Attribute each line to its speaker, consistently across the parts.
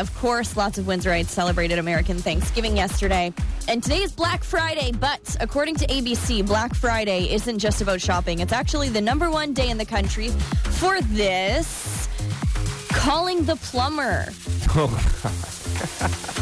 Speaker 1: Of course, lots of Windsorites celebrated American Thanksgiving yesterday. And today is Black Friday, but according to ABC, Black Friday isn't just about shopping. It's actually the number one day in the country for this calling the plumber.
Speaker 2: Oh,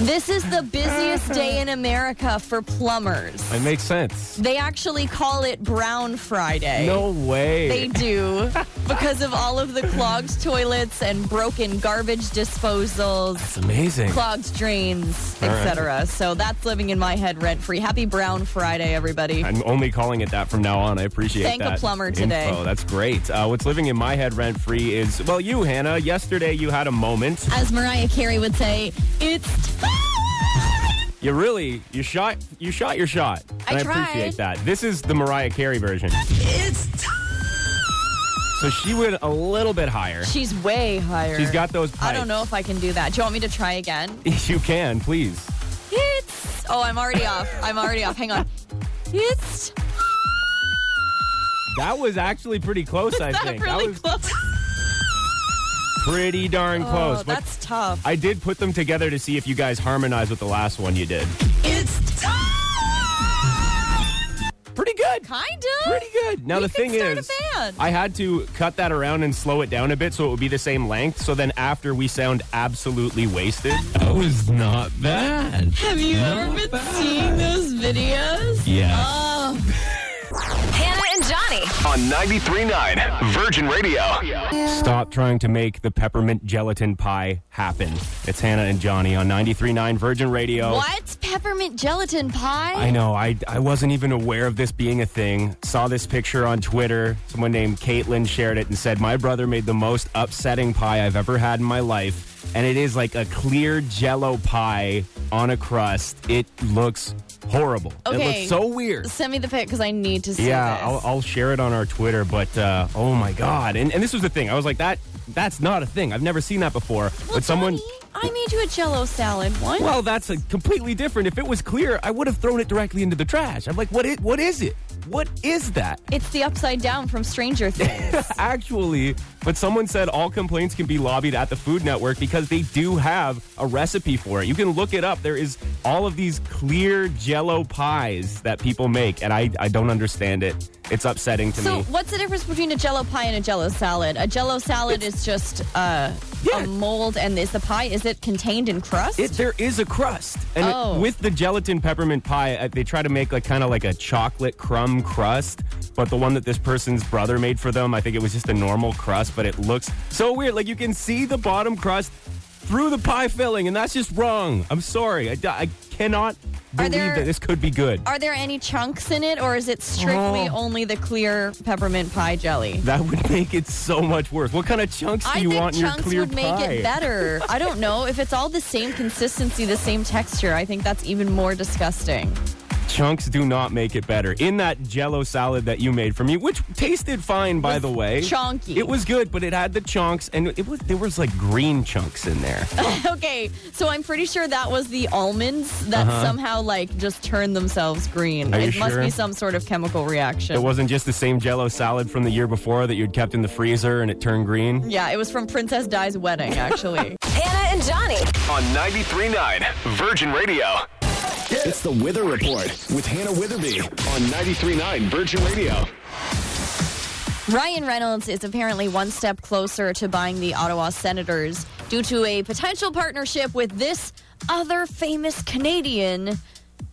Speaker 1: this is the busiest day in America for plumbers.
Speaker 2: It makes sense.
Speaker 1: They actually call it Brown Friday.
Speaker 2: No way.
Speaker 1: They do because of all of the clogged toilets and broken garbage disposals,
Speaker 2: it's amazing.
Speaker 1: clogged drains,
Speaker 2: All right.
Speaker 1: etc. So that's living in my head rent free. Happy Brown Friday, everybody.
Speaker 2: I'm only calling it that from now on. I appreciate
Speaker 1: Thank a
Speaker 2: that.
Speaker 1: plumber
Speaker 2: info.
Speaker 1: today.
Speaker 2: That's great. Uh, what's living in my head rent free is, well, you, Hannah. Yesterday you had a moment.
Speaker 1: As Mariah Carey would say, it's time.
Speaker 2: You really, you shot, you shot your shot.
Speaker 1: I
Speaker 2: And I,
Speaker 1: tried.
Speaker 2: appreciate that. This is the Mariah Carey version.
Speaker 1: It's time.
Speaker 2: So she went a little bit higher.
Speaker 1: She's way higher.
Speaker 2: She's got those
Speaker 1: I don't
Speaker 2: pipes.
Speaker 1: know if I can do that. Do you want me to try again?
Speaker 2: You can, please.
Speaker 1: It's. Oh, I'm already off. I'm already off. Hang on. It's.
Speaker 2: That was actually pretty close, I
Speaker 1: That
Speaker 2: think.
Speaker 1: really
Speaker 2: that was
Speaker 1: close.
Speaker 2: pretty darn close.
Speaker 1: Oh,
Speaker 2: But
Speaker 1: that's tough.
Speaker 2: I did put them together to see if you guys harmonized with the last one you did.
Speaker 1: It's time.
Speaker 2: Pretty good.
Speaker 1: Kind of.
Speaker 2: Pretty good. Now
Speaker 1: We
Speaker 2: the
Speaker 1: could
Speaker 2: thing
Speaker 1: start a
Speaker 2: is,
Speaker 1: band.
Speaker 2: I had to cut that around and slow it down a bit so it would be the same length. So then after we sound absolutely wasted.
Speaker 3: That was not bad.
Speaker 1: Have you ever been seeing those videos?
Speaker 3: Yeah.
Speaker 1: Oh,
Speaker 4: Hannah and Johnny.
Speaker 5: on 93.9 Virgin Radio.
Speaker 2: Stop trying to make the peppermint gelatin pie happen. It's Hannah and Johnny on 93.9 Virgin Radio.
Speaker 1: what? Peppermint gelatin pie?
Speaker 2: Oh. I know. I, I wasn't even aware of this being a thing. Saw this picture on Twitter. Someone named Caitlin shared it and said, My brother made the most upsetting pie I've ever had in my life. And it is like a clear jello pie on a crust. It looks horrible. It
Speaker 1: Okay.
Speaker 2: looks so weird.
Speaker 1: Send me the pic because I need to see
Speaker 2: Yeah,
Speaker 1: this.
Speaker 2: I'll, I'll share it on our Twitter. But uh, oh my God. And, and this was the thing. I was like, That. That's not a thing. I've never seen that before.
Speaker 1: well,
Speaker 2: but someone.
Speaker 1: Johnny, I made you a jello salad once.
Speaker 2: Well, that's a completely different. If it was clear, I would have thrown it directly into the trash. I'm like, what is, what is it? What is that?
Speaker 1: it's the upside down from Stranger Things.
Speaker 2: Actually, but someone said all complaints can be lobbied at the Food Network because they do have a recipe for it. You can look it up. There is all of these clear jello pies that people make, and I, I don't understand it. It's upsetting to
Speaker 1: so,
Speaker 2: me.
Speaker 1: what's the difference between a jello pie and a jello salad? A jello salad is just uh,
Speaker 2: Yeah.
Speaker 1: a mold, and is the pie is it contained in crust?
Speaker 2: It, there is a crust, and it-
Speaker 1: Oh.
Speaker 2: with the gelatin peppermint pie, uh, they try to make like kind of like a chocolate crumb crust. But the one that this person's brother made for them, I think it was just a normal crust, but it looks so weird. Like you can see the bottom crust through the pie filling, and that's just wrong. I'm sorry, I, d- I cannot
Speaker 1: Are
Speaker 2: believe
Speaker 1: there-
Speaker 2: that this could be good.
Speaker 1: Are there any chunks in it, or is it strictly
Speaker 2: Oh.
Speaker 1: only the clear peppermint pie jelly?
Speaker 2: that would make it so much worse. What kind of chunks do
Speaker 1: I
Speaker 2: you
Speaker 1: think
Speaker 2: want in your
Speaker 1: chunks
Speaker 2: clear
Speaker 1: would make
Speaker 2: pie?
Speaker 1: it better. I don't know if it's all the same consistency, the same texture. I think that's even more disgusting.
Speaker 2: Chunks do not make it better. In that jello salad that you made for me, which tasted fine by
Speaker 1: Was
Speaker 2: the way.
Speaker 1: chonky.
Speaker 2: It was good, but it had the chunks and it was there was like green chunks in there.
Speaker 1: okay, so I'm pretty sure that was the almonds that somehow like just turned themselves green.
Speaker 2: Uh-huh. Are you
Speaker 1: it must
Speaker 2: sure?
Speaker 1: be some sort of chemical reaction.
Speaker 2: it wasn't just the same jello salad from the year before that you'd kept in the freezer and it turned green.
Speaker 1: yeah, it was from Princess Di's wedding, actually.
Speaker 4: Hannah and Johnny.
Speaker 5: On 93.9 Virgin Radio. It's the Wither Report with Hannah Witherby on 93.9 Virgin Radio.
Speaker 1: Ryan Reynolds is apparently one step closer to buying the Ottawa Senators due to a potential partnership with this other famous Canadian,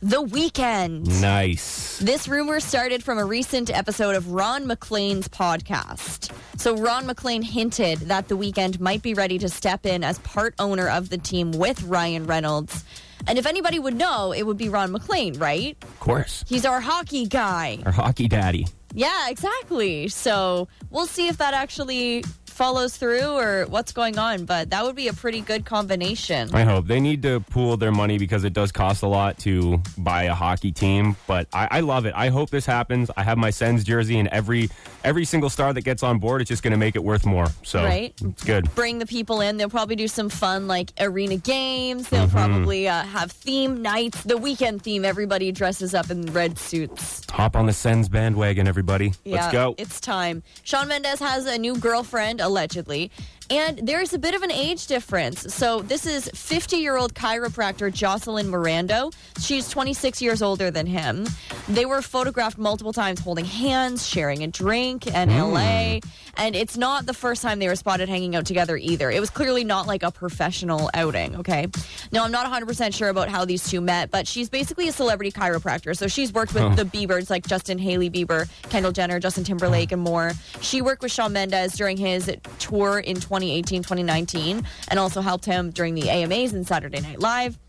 Speaker 1: The Weeknd.
Speaker 2: Nice.
Speaker 1: This rumor started from a recent episode of Ron McLean's podcast. So Ron McLean hinted that The Weeknd might be ready to step in as part owner of the team with Ryan Reynolds. And if anybody would know, it would be Ron McLean, right?
Speaker 2: Of course.
Speaker 1: He's our hockey guy.
Speaker 2: Our hockey daddy.
Speaker 1: Yeah, exactly. So we'll see if that actually follows through or what's going on, but that would be a pretty good combination.
Speaker 2: I hope they need to pool their money because it does cost a lot to buy a hockey team. But I, I love it. I hope this happens. I have my Sens jersey, and every every single star that gets on board, it's just going to make it worth more. So
Speaker 1: Right.
Speaker 2: it's good.
Speaker 1: Bring the people in. They'll probably do some fun, like arena games. They'll
Speaker 2: Mm-hmm.
Speaker 1: probably uh, have theme nights. The weekend theme, everybody dresses up in red suits.
Speaker 2: Hop on the Sens bandwagon, everybody.
Speaker 1: Yeah,
Speaker 2: Let's go.
Speaker 1: It's time. Sean Mendes has a new girlfriend, allegedly, And there's a bit of an age difference. So this is 50 year old chiropractor Jocelyn Mirando. She's 26 years older than him. They were photographed multiple times holding hands, sharing a drink in
Speaker 2: Mm.
Speaker 1: LA. And it's not the first time they were spotted hanging out together either. It was clearly not like a professional outing, okay? Now, I'm not 100% sure about how these two met, but she's basically a celebrity chiropractor. So she's worked with the Biebers like Justin Haley Bieber, Kendall Jenner, Justin Timberlake, and more. She worked with Shawn Mendes during his tour in 2018, 2019, and also helped him during the AMAs and Saturday Night Live.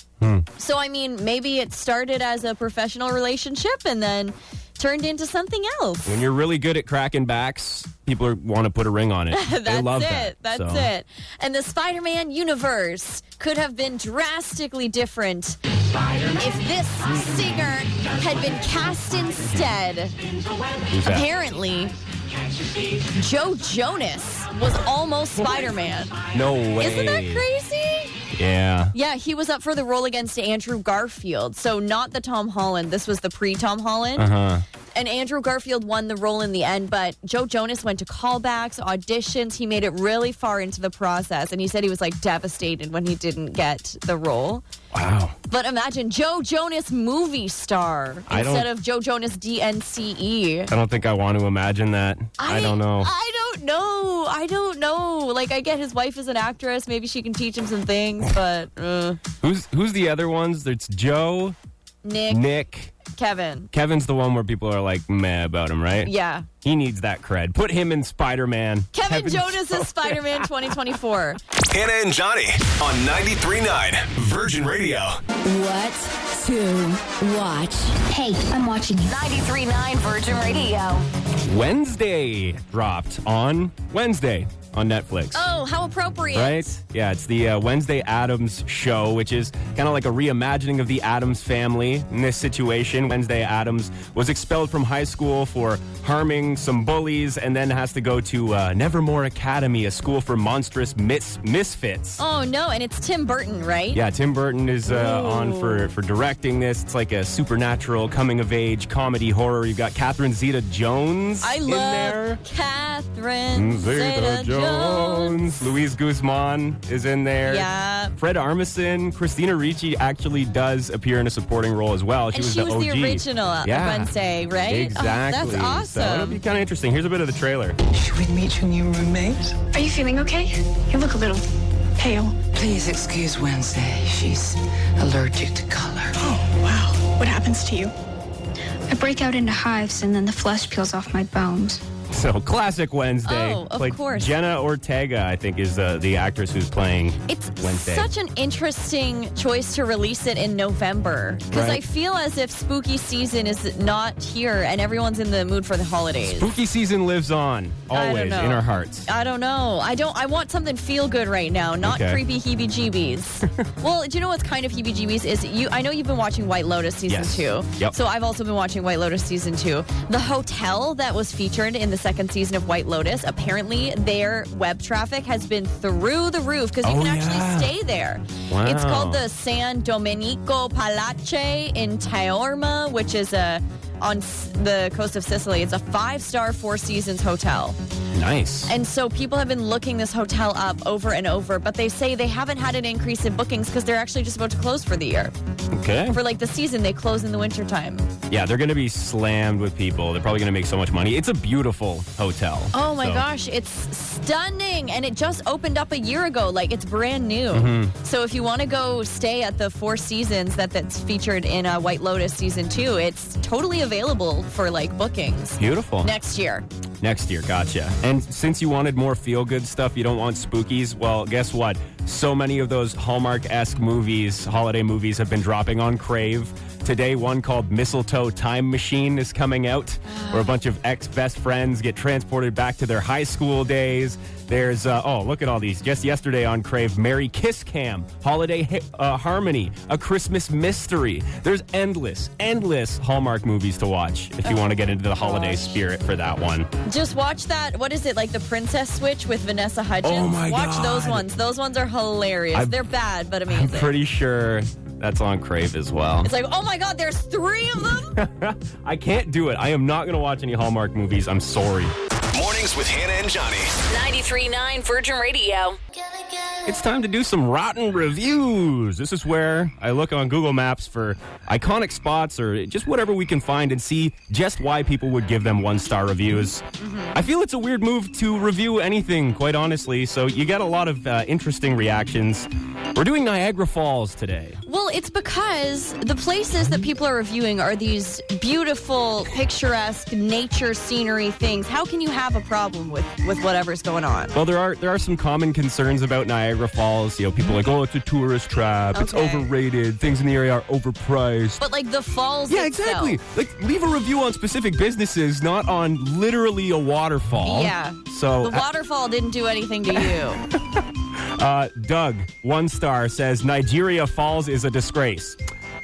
Speaker 1: So, I mean, maybe it started as a professional relationship and then turned into something else.
Speaker 2: When you're really good at cracking backs, people are, want to put a ring on it. they
Speaker 1: That's
Speaker 2: love
Speaker 1: it.
Speaker 2: that.
Speaker 1: That's
Speaker 2: So,
Speaker 1: it. And the Spider Man universe could have been drastically different if this singer had been cast instead.
Speaker 2: who's that?
Speaker 1: Apparently, Joe Jonas was almost Spider Man.
Speaker 2: No way.
Speaker 1: Isn't that crazy?
Speaker 2: Yeah.
Speaker 1: Yeah, he was up for the role against Andrew Garfield. So, not the Tom Holland. This was the pre Tom Holland.
Speaker 2: Uh-huh.
Speaker 1: And Andrew Garfield won the role in the end, but Joe Jonas went to callbacks, auditions. He made it really far into the process. And he said he was like devastated when he didn't get the role.
Speaker 2: Wow.
Speaker 1: But imagine Joe Jonas movie star
Speaker 2: I don't-
Speaker 1: instead of Joe Jonas DNCE.
Speaker 2: I don't think I want to imagine that. I, don't know.
Speaker 1: E. I uh, don't know. I don't know. Like, I get his wife is an actress. Maybe she can teach him some things, but uh,
Speaker 2: who's who's the other ones? It's Joe,
Speaker 1: Nick,
Speaker 2: Nick.
Speaker 1: Kevin.
Speaker 2: Kevin's the one where people are like meh about him, right?
Speaker 1: Yeah.
Speaker 2: He needs that cred. Put him in Spider Man.
Speaker 1: Kevin, Jonas is Spider Man 2024.
Speaker 5: Hannah and Johnny on 93.9 Virgin Radio.
Speaker 6: What to watch?
Speaker 7: Hey, I'm watching you.
Speaker 4: 93.9 Virgin Radio.
Speaker 2: Wednesday dropped on Wednesday on Netflix.
Speaker 1: Oh, how appropriate.
Speaker 2: Right? Yeah, it's the uh, Wednesday Adams show, which is kind of like a reimagining of the Adams family in this situation. Wednesday Adams was expelled from high school for harming some bullies and then has to go to uh, Nevermore Academy, a school for monstrous mis- misfits.
Speaker 1: Oh, no. And it's Tim Burton, right?
Speaker 2: Yeah, Tim Burton is uh, on for, for directing this. It's like a supernatural coming of age comedy horror. You've got Catherine Zeta Jones
Speaker 1: I
Speaker 2: in there. Mm,
Speaker 1: love Catherine Zeta Jones.
Speaker 2: Luis Guzman is in there.
Speaker 1: Yeah.
Speaker 2: Fred Armisen, Christina Ricci actually does appear in a supporting role as well. She
Speaker 1: And
Speaker 2: was
Speaker 1: she
Speaker 2: the
Speaker 1: was
Speaker 2: OG.
Speaker 1: the original of
Speaker 2: yeah.
Speaker 1: Wednesday, right? Oh,
Speaker 2: Exactly.
Speaker 1: that's
Speaker 2: So it'll be
Speaker 1: awesome.
Speaker 2: kind of interesting. Here's a bit of the trailer.
Speaker 8: Should we meet your new roommate?
Speaker 9: Are you feeling okay? You look a little pale.
Speaker 10: Please excuse Wednesday. She's allergic to color.
Speaker 8: Oh, wow. What happens to you?
Speaker 9: I break out into hives and then the flesh peels off my bones.
Speaker 2: So classic Wednesday.
Speaker 1: Oh, of
Speaker 2: Played-
Speaker 1: course.
Speaker 2: Jenna Ortega, I think, is uh, the, the actress who's playing
Speaker 1: It's
Speaker 2: Wednesday.
Speaker 1: such an interesting choice to release it in November because
Speaker 2: Right.
Speaker 1: I feel as if spooky season is not here and everyone's in the mood for the holidays.
Speaker 2: Spooky season lives on
Speaker 1: don't
Speaker 2: always in
Speaker 1: know. Uh,
Speaker 2: our hearts.
Speaker 1: I don't know. I don't. I want something feel good right now, not
Speaker 2: Okay.
Speaker 1: creepy heebie-jeebies. well, do you know what's kind of heebie-jeebies is you? I know you've been watching White Lotus season
Speaker 2: Yes.
Speaker 1: two.
Speaker 2: Yep.
Speaker 1: So I've also been watching White Lotus season two. The hotel that was featured in the second season of White Lotus, apparently their web traffic has been through the roof because you
Speaker 2: Oh,
Speaker 1: can actually
Speaker 2: yeah.
Speaker 1: stay there.
Speaker 2: Wow.
Speaker 1: It's called the San Domenico Palace in Taorma, which is a on s- the coast of Sicily. It's a five-star Four Seasons hotel.
Speaker 2: Nice.
Speaker 1: And so people have been looking this hotel up over and over, but they say they haven't had an increase in bookings because they're actually just about to close for the year.
Speaker 2: Okay.
Speaker 1: For like the season, they close in the wintertime.
Speaker 2: Yeah, they're going to be slammed with people. They're probably going to make so much money. It's a beautiful hotel.
Speaker 1: Oh my
Speaker 2: So-
Speaker 1: gosh, it's stunning. And it just opened up a year ago. Like it's brand new.
Speaker 2: Mm-hmm.
Speaker 1: So if you want to go stay at the Four Seasons that, that's featured in uh, White Lotus season two, it's totally available for like bookings
Speaker 2: Beautiful.
Speaker 1: next year.
Speaker 2: Next year, gotcha. And since you wanted more feel good stuff, you don't want spookies. Well, guess what? So many of those Hallmark esque movies, holiday movies, have been dropping on Crave. Today, one called Mistletoe Time Machine is coming out, where a bunch of ex best friends get transported back to their high school days. There's, uh, oh, look at all these. Just yesterday on Crave, Merry Kiss Cam, Holiday Hi- uh, Harmony, A Christmas Mystery. There's endless, endless Hallmark movies to watch if you want to get into the holiday spirit for that one.
Speaker 1: Just watch that. What is it like the Princess Switch with Vanessa Hudgens?
Speaker 2: Oh my
Speaker 1: watch
Speaker 2: God.
Speaker 1: those ones. Those ones are hilarious.
Speaker 2: I'm-
Speaker 1: They're bad but
Speaker 2: I'm
Speaker 1: amazing.
Speaker 2: pretty sure that's on Crave as well.
Speaker 1: It's like, oh my God, there's three of them.
Speaker 2: I can't do it. I am not going to watch any Hallmark movies. I'm sorry.
Speaker 5: Morning Mornings with Hannah and Johnny.
Speaker 7: 93.9 Virgin Radio.
Speaker 2: It's time to do some rotten reviews. This is where I look on Google Maps for iconic spots or just whatever we can find and see just why people would give them one star reviews. I feel it's a weird move to review anything, quite honestly, so you get a lot of uh, interesting reactions. We're doing Niagara Falls today.
Speaker 1: Well, it's because the places that people are reviewing are these beautiful, picturesque nature scenery things. How can you have a problem with with whatever's going on?
Speaker 2: Well, there are there are some common concerns about Niagara Falls. You know, people are like, oh, it's a tourist trap. It's
Speaker 1: Okay.
Speaker 2: overrated. Things in the area are overpriced.
Speaker 1: But like the falls.
Speaker 2: yeah,
Speaker 1: itself.
Speaker 2: exactly. Like, leave a review on specific businesses, not on literally a waterfall.
Speaker 1: Yeah.
Speaker 2: So,
Speaker 1: the waterfall didn't do anything to you. Oh,
Speaker 2: uh, Doug, one star, says Nigeria Falls is a disgrace.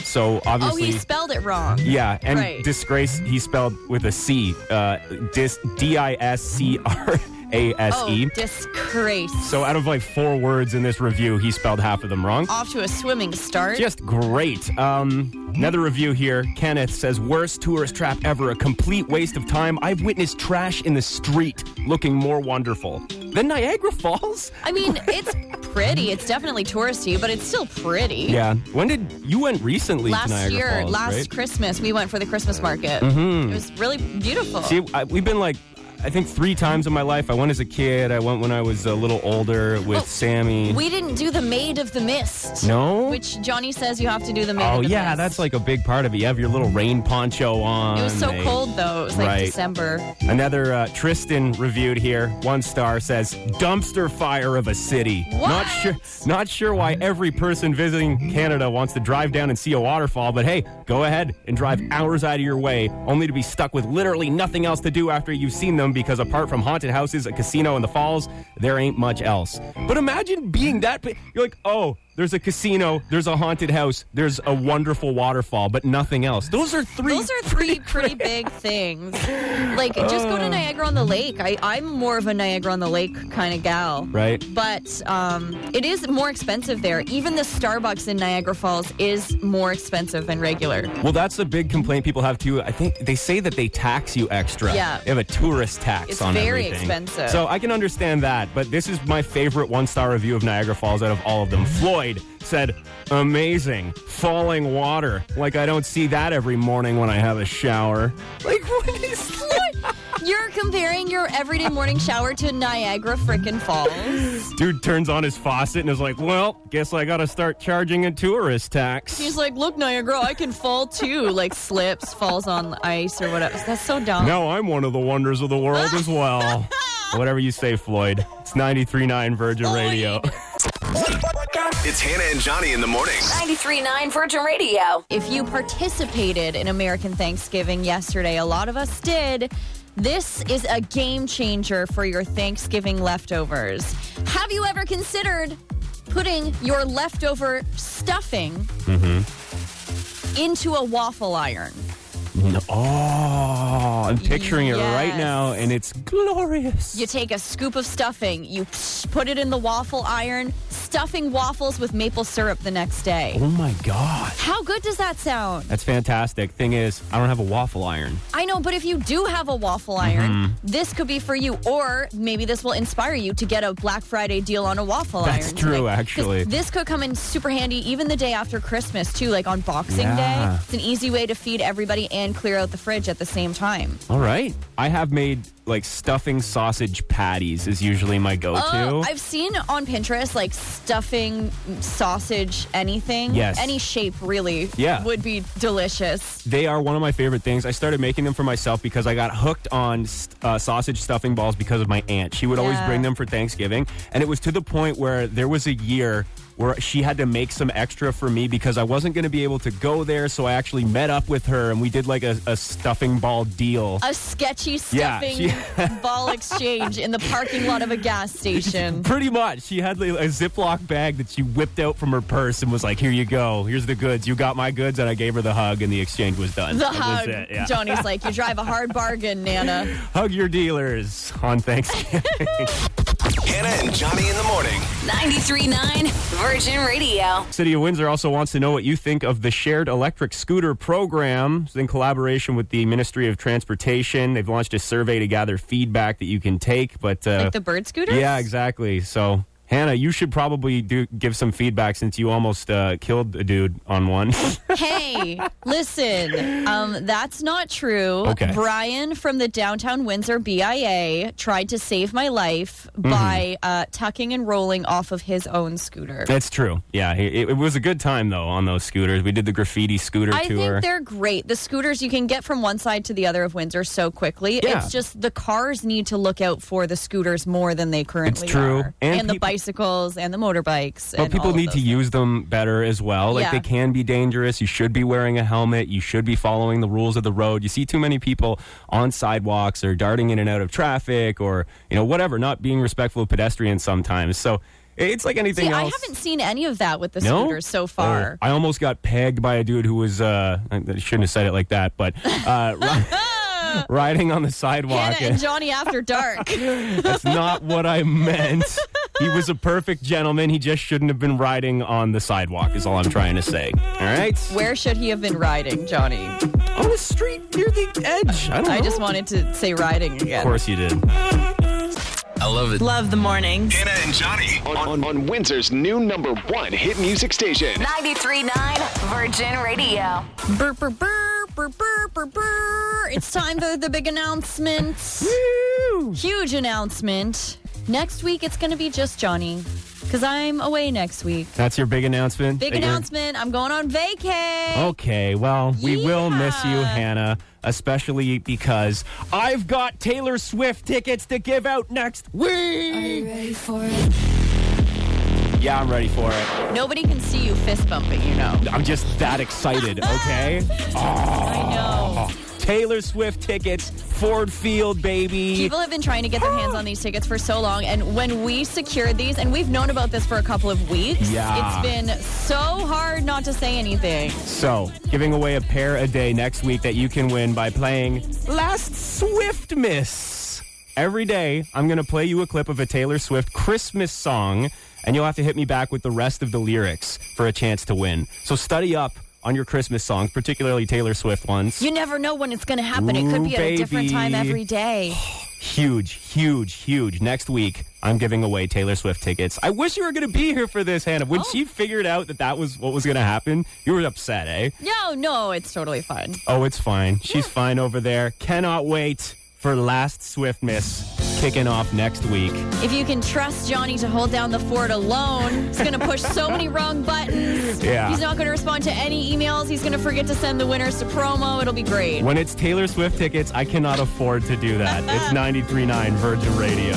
Speaker 2: So
Speaker 1: oh,
Speaker 2: obviously,
Speaker 1: he spelled it wrong.
Speaker 2: yeah, and
Speaker 1: Right.
Speaker 2: disgrace he spelled with a C, uh, dis D I S C R A S E.
Speaker 1: Oh, disgrace.
Speaker 2: So out of like four words in this review, he spelled half of them wrong.
Speaker 1: Off to a swimming start.
Speaker 2: Just great. Um, another review here. Kenneth says, worst tourist trap ever. A complete waste of time. I've witnessed trash in the street looking more wonderful than Niagara Falls.
Speaker 1: I mean, it's pretty. It's definitely touristy, but it's still pretty.
Speaker 2: Yeah. When did you went recently to
Speaker 1: Last
Speaker 2: Niagara
Speaker 1: year,
Speaker 2: Falls,
Speaker 1: last
Speaker 2: right? Mm-hmm.
Speaker 1: Christmas, we went for the Christmas market. It was really beautiful.
Speaker 2: See, I, we've been like, I think three times in my life. I went as a kid. I went when I was a little older with
Speaker 1: Oh,
Speaker 2: Sammy.
Speaker 1: We didn't do the Maid of the Mist.
Speaker 2: No?
Speaker 1: Which Johnny says you have to do the Maid
Speaker 2: oh
Speaker 1: of the Mist.
Speaker 2: yeah, that's like a big part of it. You have your little rain poncho on.
Speaker 1: It was so
Speaker 2: They-
Speaker 1: cold though. It was like
Speaker 2: Right.
Speaker 1: December.
Speaker 2: Another uh, Tristan reviewed here. One star says dumpster fire of a city. Not
Speaker 1: What?
Speaker 2: sure, not sure why every person visiting Canada wants to drive down and see a waterfall, but hey, go ahead and drive hours out of your way, only to be stuck with literally nothing else to do after you've seen them. Because apart from haunted houses, a casino, and the falls, there ain't much else. But imagine being that. bi- You're like, oh. There's a casino, there's a haunted house, there's a wonderful waterfall, but nothing else. Those are three
Speaker 1: Those are three pretty big things. Like just go to Niagara on the Lake. I, I'm more of a Niagara on the Lake kind of gal.
Speaker 2: Right.
Speaker 1: But um, it is more expensive there. Even the Starbucks in Niagara Falls is more expensive than regular.
Speaker 2: Well, that's the big complaint people have too. I think they say that they tax you extra.
Speaker 1: Yeah.
Speaker 2: They have a tourist tax
Speaker 1: It's
Speaker 2: on
Speaker 1: very
Speaker 2: everything.
Speaker 1: expensive.
Speaker 2: So I can understand that, but this is my favorite one star review of Niagara Falls out of all of them. Floyd said, Amazing. Falling water. Like I don't see that every morning when I have a shower. Like, what is that?
Speaker 1: You're comparing your everyday morning shower to Niagara frickin' Falls.
Speaker 2: Dude turns on his faucet and is like, Well, guess I gotta start charging a tourist tax.
Speaker 1: He's like, look, Niagara, I can fall too. Like slips, falls on ice or whatever. That's so dumb.
Speaker 2: Now I'm one of the wonders of the world as well. Whatever you say, Floyd. It's 93.9 Virgin Radio.
Speaker 5: It's Hannah and Johnny in the mornings.
Speaker 7: 93.9 Virgin Radio.
Speaker 1: If you participated in American Thanksgiving yesterday, a lot of us did. This is a game changer for your Thanksgiving leftovers. Have you ever considered putting your leftover stuffing into a waffle iron?
Speaker 2: Oh, I'm picturing it right
Speaker 1: Yes.
Speaker 2: now, and it's glorious.
Speaker 1: You take a scoop of stuffing, you put it in the waffle iron, stuffing waffles with maple syrup the next day.
Speaker 2: oh my god,
Speaker 1: How good does that sound?
Speaker 2: that's fantastic. Thing is, I don't have a waffle iron.
Speaker 1: I know, but if you do have a waffle iron,
Speaker 2: Mm-hmm.
Speaker 1: this could be for you. Or maybe this will inspire you to get a Black Friday deal on a waffle iron.
Speaker 2: That's true,
Speaker 1: 'Cause
Speaker 2: actually.
Speaker 1: This could come in super handy even the day after Christmas, too, like on Boxing
Speaker 2: Yeah.
Speaker 1: Day. It's an easy way to feed everybody and clear out the fridge at the same time.
Speaker 2: All right, I have made like stuffing sausage patties is usually my go-to.
Speaker 1: Oh, I've seen on Pinterest like stuffing mm, sausage, anything.
Speaker 2: Yes.
Speaker 1: Any shape, really.
Speaker 2: Yeah.
Speaker 1: Would be delicious.
Speaker 2: They are one of my favorite things. I started making them for myself because I got hooked on st- uh, sausage stuffing balls because of my aunt. She would always
Speaker 1: Yeah.
Speaker 2: bring them for Thanksgiving, and it was to the point where there was a year where she had to make some extra for me because I wasn't going to be able to go there. So I actually met up with her and we did like a, a stuffing ball deal.
Speaker 1: A sketchy
Speaker 2: Yeah,
Speaker 1: stuffing
Speaker 2: she-
Speaker 1: ball exchange in the parking lot of a gas station.
Speaker 2: Pretty much, she had like, a Ziploc bag that she whipped out from her purse and was like, "Here you go. Here's the goods. You got my goods." And I gave her the hug, and the exchange was done.
Speaker 1: The
Speaker 2: That was
Speaker 1: hug.
Speaker 2: it, yeah.
Speaker 1: Johnny's like, you drive a hard bargain, Nana.
Speaker 2: Hug your dealers on Thanksgiving.
Speaker 5: Hannah and Johnny in the morning.
Speaker 7: 939 Virgin Radio.
Speaker 2: City of Windsor also wants to know what you think of the shared electric scooter program. It's in collaboration with the Ministry of Transportation. They've launched a survey to gather feedback that you can take. But uh,
Speaker 1: Like the bird scooters?
Speaker 2: yeah, exactly. So Hannah, you should probably do give some feedback since you almost uh, killed a dude on one.
Speaker 1: hey, listen, um, that's not true.
Speaker 2: Okay.
Speaker 1: Brian from the downtown Windsor BIA tried to save my life
Speaker 2: Mm-hmm.
Speaker 1: by uh, tucking and rolling off of his own scooter.
Speaker 2: That's true. Yeah, it, it was a good time though on those scooters. We did the graffiti scooter
Speaker 1: I
Speaker 2: tour.
Speaker 1: think they're great. The scooters you can get from one side to the other of Windsor so quickly.
Speaker 2: Yeah.
Speaker 1: It's just the cars need to look out for the scooters more than they currently
Speaker 2: true.
Speaker 1: are.
Speaker 2: And
Speaker 1: And, the
Speaker 2: people-
Speaker 1: bicycles and the motorbikes.
Speaker 2: But
Speaker 1: and
Speaker 2: people
Speaker 1: all of
Speaker 2: need to
Speaker 1: those.
Speaker 2: use them better as well. Like
Speaker 1: Yeah.
Speaker 2: they can be dangerous. You should be wearing a helmet. You should be following the rules of the road. You see too many people on sidewalks or darting in and out of traffic or you know whatever, not being respectful of pedestrians sometimes. So it's like anything
Speaker 1: See, I
Speaker 2: else.
Speaker 1: haven't seen any of that with the
Speaker 2: No?
Speaker 1: scooters so
Speaker 2: Oh,
Speaker 1: far.
Speaker 2: I almost got pegged by a dude who was uh I shouldn't have said it like that, but uh ri- riding on the sidewalk.
Speaker 1: Hannah and Johnny after dark.
Speaker 2: That's not what I meant. He was a perfect gentleman. He just shouldn't have been riding on the sidewalk, is all I'm trying to say. All right?
Speaker 1: Where should he have been riding, Johnny?
Speaker 2: On the street near the edge. I don't know.
Speaker 1: I just wanted to say riding
Speaker 2: Of
Speaker 1: again.
Speaker 2: course you did.
Speaker 3: I love it.
Speaker 11: Love the morning.
Speaker 5: Hannah and Johnny on, on, on Windsor's new number one hit music station.
Speaker 4: 939 Virgin Radio.
Speaker 1: Burr, burr, burr, burr, burr, burr, burr. It's time for the big announcement. Huge announcement. Next week, it's going to be just Johnny because I'm away next week.
Speaker 2: That's your big announcement?
Speaker 1: Big
Speaker 2: that you're-
Speaker 1: announcement. I'm going on vacay.
Speaker 2: Okay, well, we will miss you,
Speaker 1: Yeah.
Speaker 2: Hannah, especially because I've got Taylor Swift tickets to give out next week.
Speaker 6: Ready for it?
Speaker 2: Yeah, I'm ready for it.
Speaker 1: Nobody can see you fist bumping, you know.
Speaker 2: I'm just that excited, okay?
Speaker 1: I know.
Speaker 2: Taylor Swift tickets, Ford Field, baby.
Speaker 1: People have been trying to get their hands on these tickets for so long, and when we secured these, and we've known about this for a couple of weeks,
Speaker 2: Yeah.
Speaker 1: it's been so hard not to say anything.
Speaker 2: So, giving away a pair a day next week that you can win by playing Last Swift Miss. Every day, I'm going to play you a clip of a Taylor Swift Christmas song, and you'll have to hit me back with the rest of the lyrics for a chance to win. So, study up on your Christmas songs, particularly Taylor Swift ones.
Speaker 1: You never know when it's going to happen. it
Speaker 2: Ooh,
Speaker 1: could be at a different time
Speaker 2: baby.
Speaker 1: every day.
Speaker 2: Huge, huge, huge. Next week, I'm giving away Taylor Swift tickets. I wish you were going to be here for this, Hannah. When she figured out that that was what was going to happen, you were upset, eh?
Speaker 1: No, no, it's totally fun.
Speaker 2: Oh, it's fine. She's fine over there. Cannot wait for Last Swift Miss kicking off next week.
Speaker 1: If you can trust Johnny to hold down the fort alone, he's going to push so many wrong buttons.
Speaker 2: Yeah.
Speaker 1: He's not going to respond to any emails. He's going to forget to send the winners to promo. It'll be great.
Speaker 2: When it's Taylor Swift tickets, I cannot afford to do that. It's 93.9 Virgin Radio.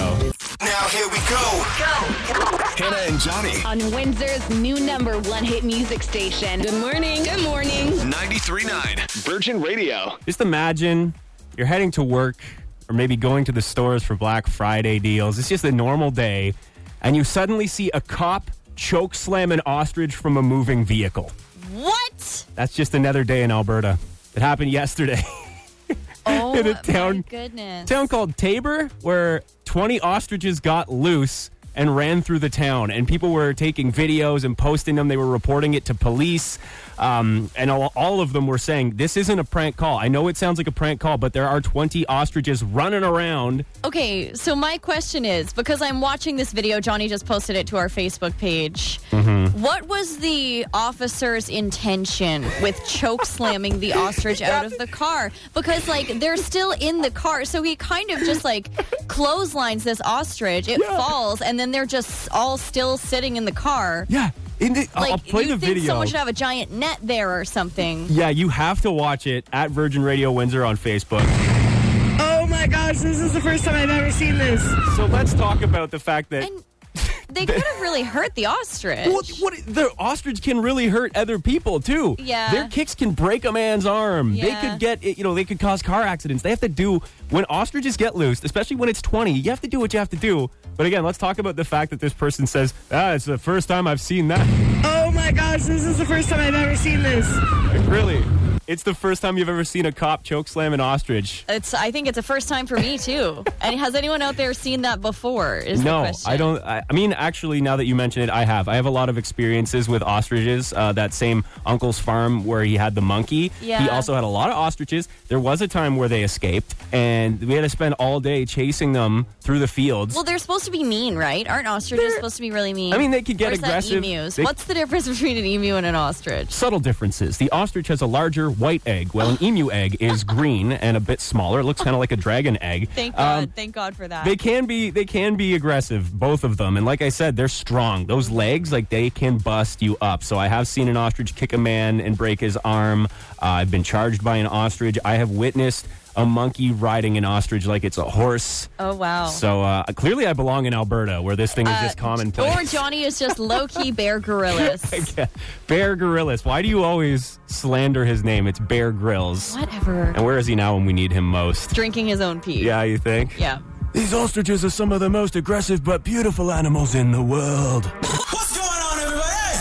Speaker 5: Now here we go. Hannah and Johnny,
Speaker 4: On Windsor's new number one hit music station.
Speaker 11: Good morning. Good morning.
Speaker 5: 93.9 Virgin Radio.
Speaker 2: Just imagine you're heading to work or maybe going to the stores for Black Friday deals. It's just a normal day, and you suddenly see a cop choke slam an ostrich from a moving vehicle.
Speaker 1: What?
Speaker 2: That's just another day in Alberta. It happened yesterday.
Speaker 1: Oh,
Speaker 2: In a
Speaker 1: my
Speaker 2: town-
Speaker 1: goodness.
Speaker 2: town called Tabor where 20 ostriches got loose and ran through the town and people were taking videos and posting them they were reporting it to police um, and all, all of them were saying this isn't a prank call i know it sounds like a prank call but there are 20 ostriches running around
Speaker 1: Okay, so my question is because I'm watching this video, Johnny just posted it to our Facebook page.
Speaker 2: Mm-hmm.
Speaker 1: What was the officer's intention with choke slamming the ostrich out of the car? Because, like, they're still in the car, so he kind of just like clotheslines this ostrich, it falls, and then they're just all still sitting in the car.
Speaker 2: yeah in the,
Speaker 1: Like,
Speaker 2: i'll play
Speaker 1: you
Speaker 2: the
Speaker 1: think
Speaker 2: video
Speaker 1: someone should have a giant net there or something.
Speaker 2: yeah you have to watch it at virgin radio windsor on facebook
Speaker 11: Oh my gosh, this is the first time I've ever seen this.
Speaker 2: so let's talk about the fact that
Speaker 1: And they could have really hurt the ostrich.
Speaker 2: What, what, the ostrich can really hurt other people too.
Speaker 1: Yeah.
Speaker 2: Their kicks can break a man's arm.
Speaker 1: Yeah.
Speaker 2: They could get, you know, they could cause car accidents. They have to do, when ostriches get loose, especially when it's 20, you have to do what you have to do. But again, let's talk about the fact that this person says, ah, it's the first time I've seen that.
Speaker 11: Oh my gosh, this is the first time I've ever seen this.
Speaker 2: Like, really? It's the first time you've ever seen a cop choke slam an ostrich.
Speaker 1: It's. I think it's a first time for me too. and has anyone out there seen that before? Is
Speaker 2: no,
Speaker 1: the question.
Speaker 2: I don't. I, I mean, actually, now that you mention it, I have. I have a lot of experiences with ostriches. Uh, that same uncle's farm where he had the monkey.
Speaker 1: Yeah.
Speaker 2: He also had a lot of ostriches. There was a time where they escaped, and we had to spend all day chasing them through the fields.
Speaker 1: Well, they're supposed to be mean, right? Aren't ostriches supposed to be really mean?
Speaker 2: I mean, they could get
Speaker 1: Or is that
Speaker 2: aggressive.
Speaker 1: emus?
Speaker 2: They-
Speaker 1: What's the difference between an emu and an ostrich?
Speaker 2: Subtle differences. The ostrich has a larger white egg, while an emu egg is green and a bit smaller. It looks kind of like a dragon egg.
Speaker 1: Thank
Speaker 2: Um,
Speaker 1: God. Thank God for that.
Speaker 2: They can be they can be aggressive, both of them. And like I said, they're strong. Those legs, like they can bust you up. So I have seen an ostrich kick a man and break his arm. Uh, I've been charged by an ostrich. I have witnessed a monkey riding an ostrich like it's a horse.
Speaker 1: oh Uh, wow.
Speaker 2: So uh, clearly, I belong in Alberta, where this thing is just commonplace.
Speaker 1: or Johnny is just low key bear gorillas.
Speaker 2: Bear Grylls. Why do you always slander his name? It's Bear Grylls.
Speaker 1: Whatever.
Speaker 2: And where is he now when we need him most?
Speaker 1: Drinking his own pee.
Speaker 2: Yeah, you think?
Speaker 1: Yeah.
Speaker 2: These ostriches are some of the most aggressive but beautiful animals in the world.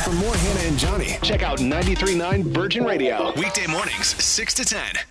Speaker 5: For more Hannah and Johnny, check out 93.9 Virgin Radio. Weekday mornings, 6 to 10.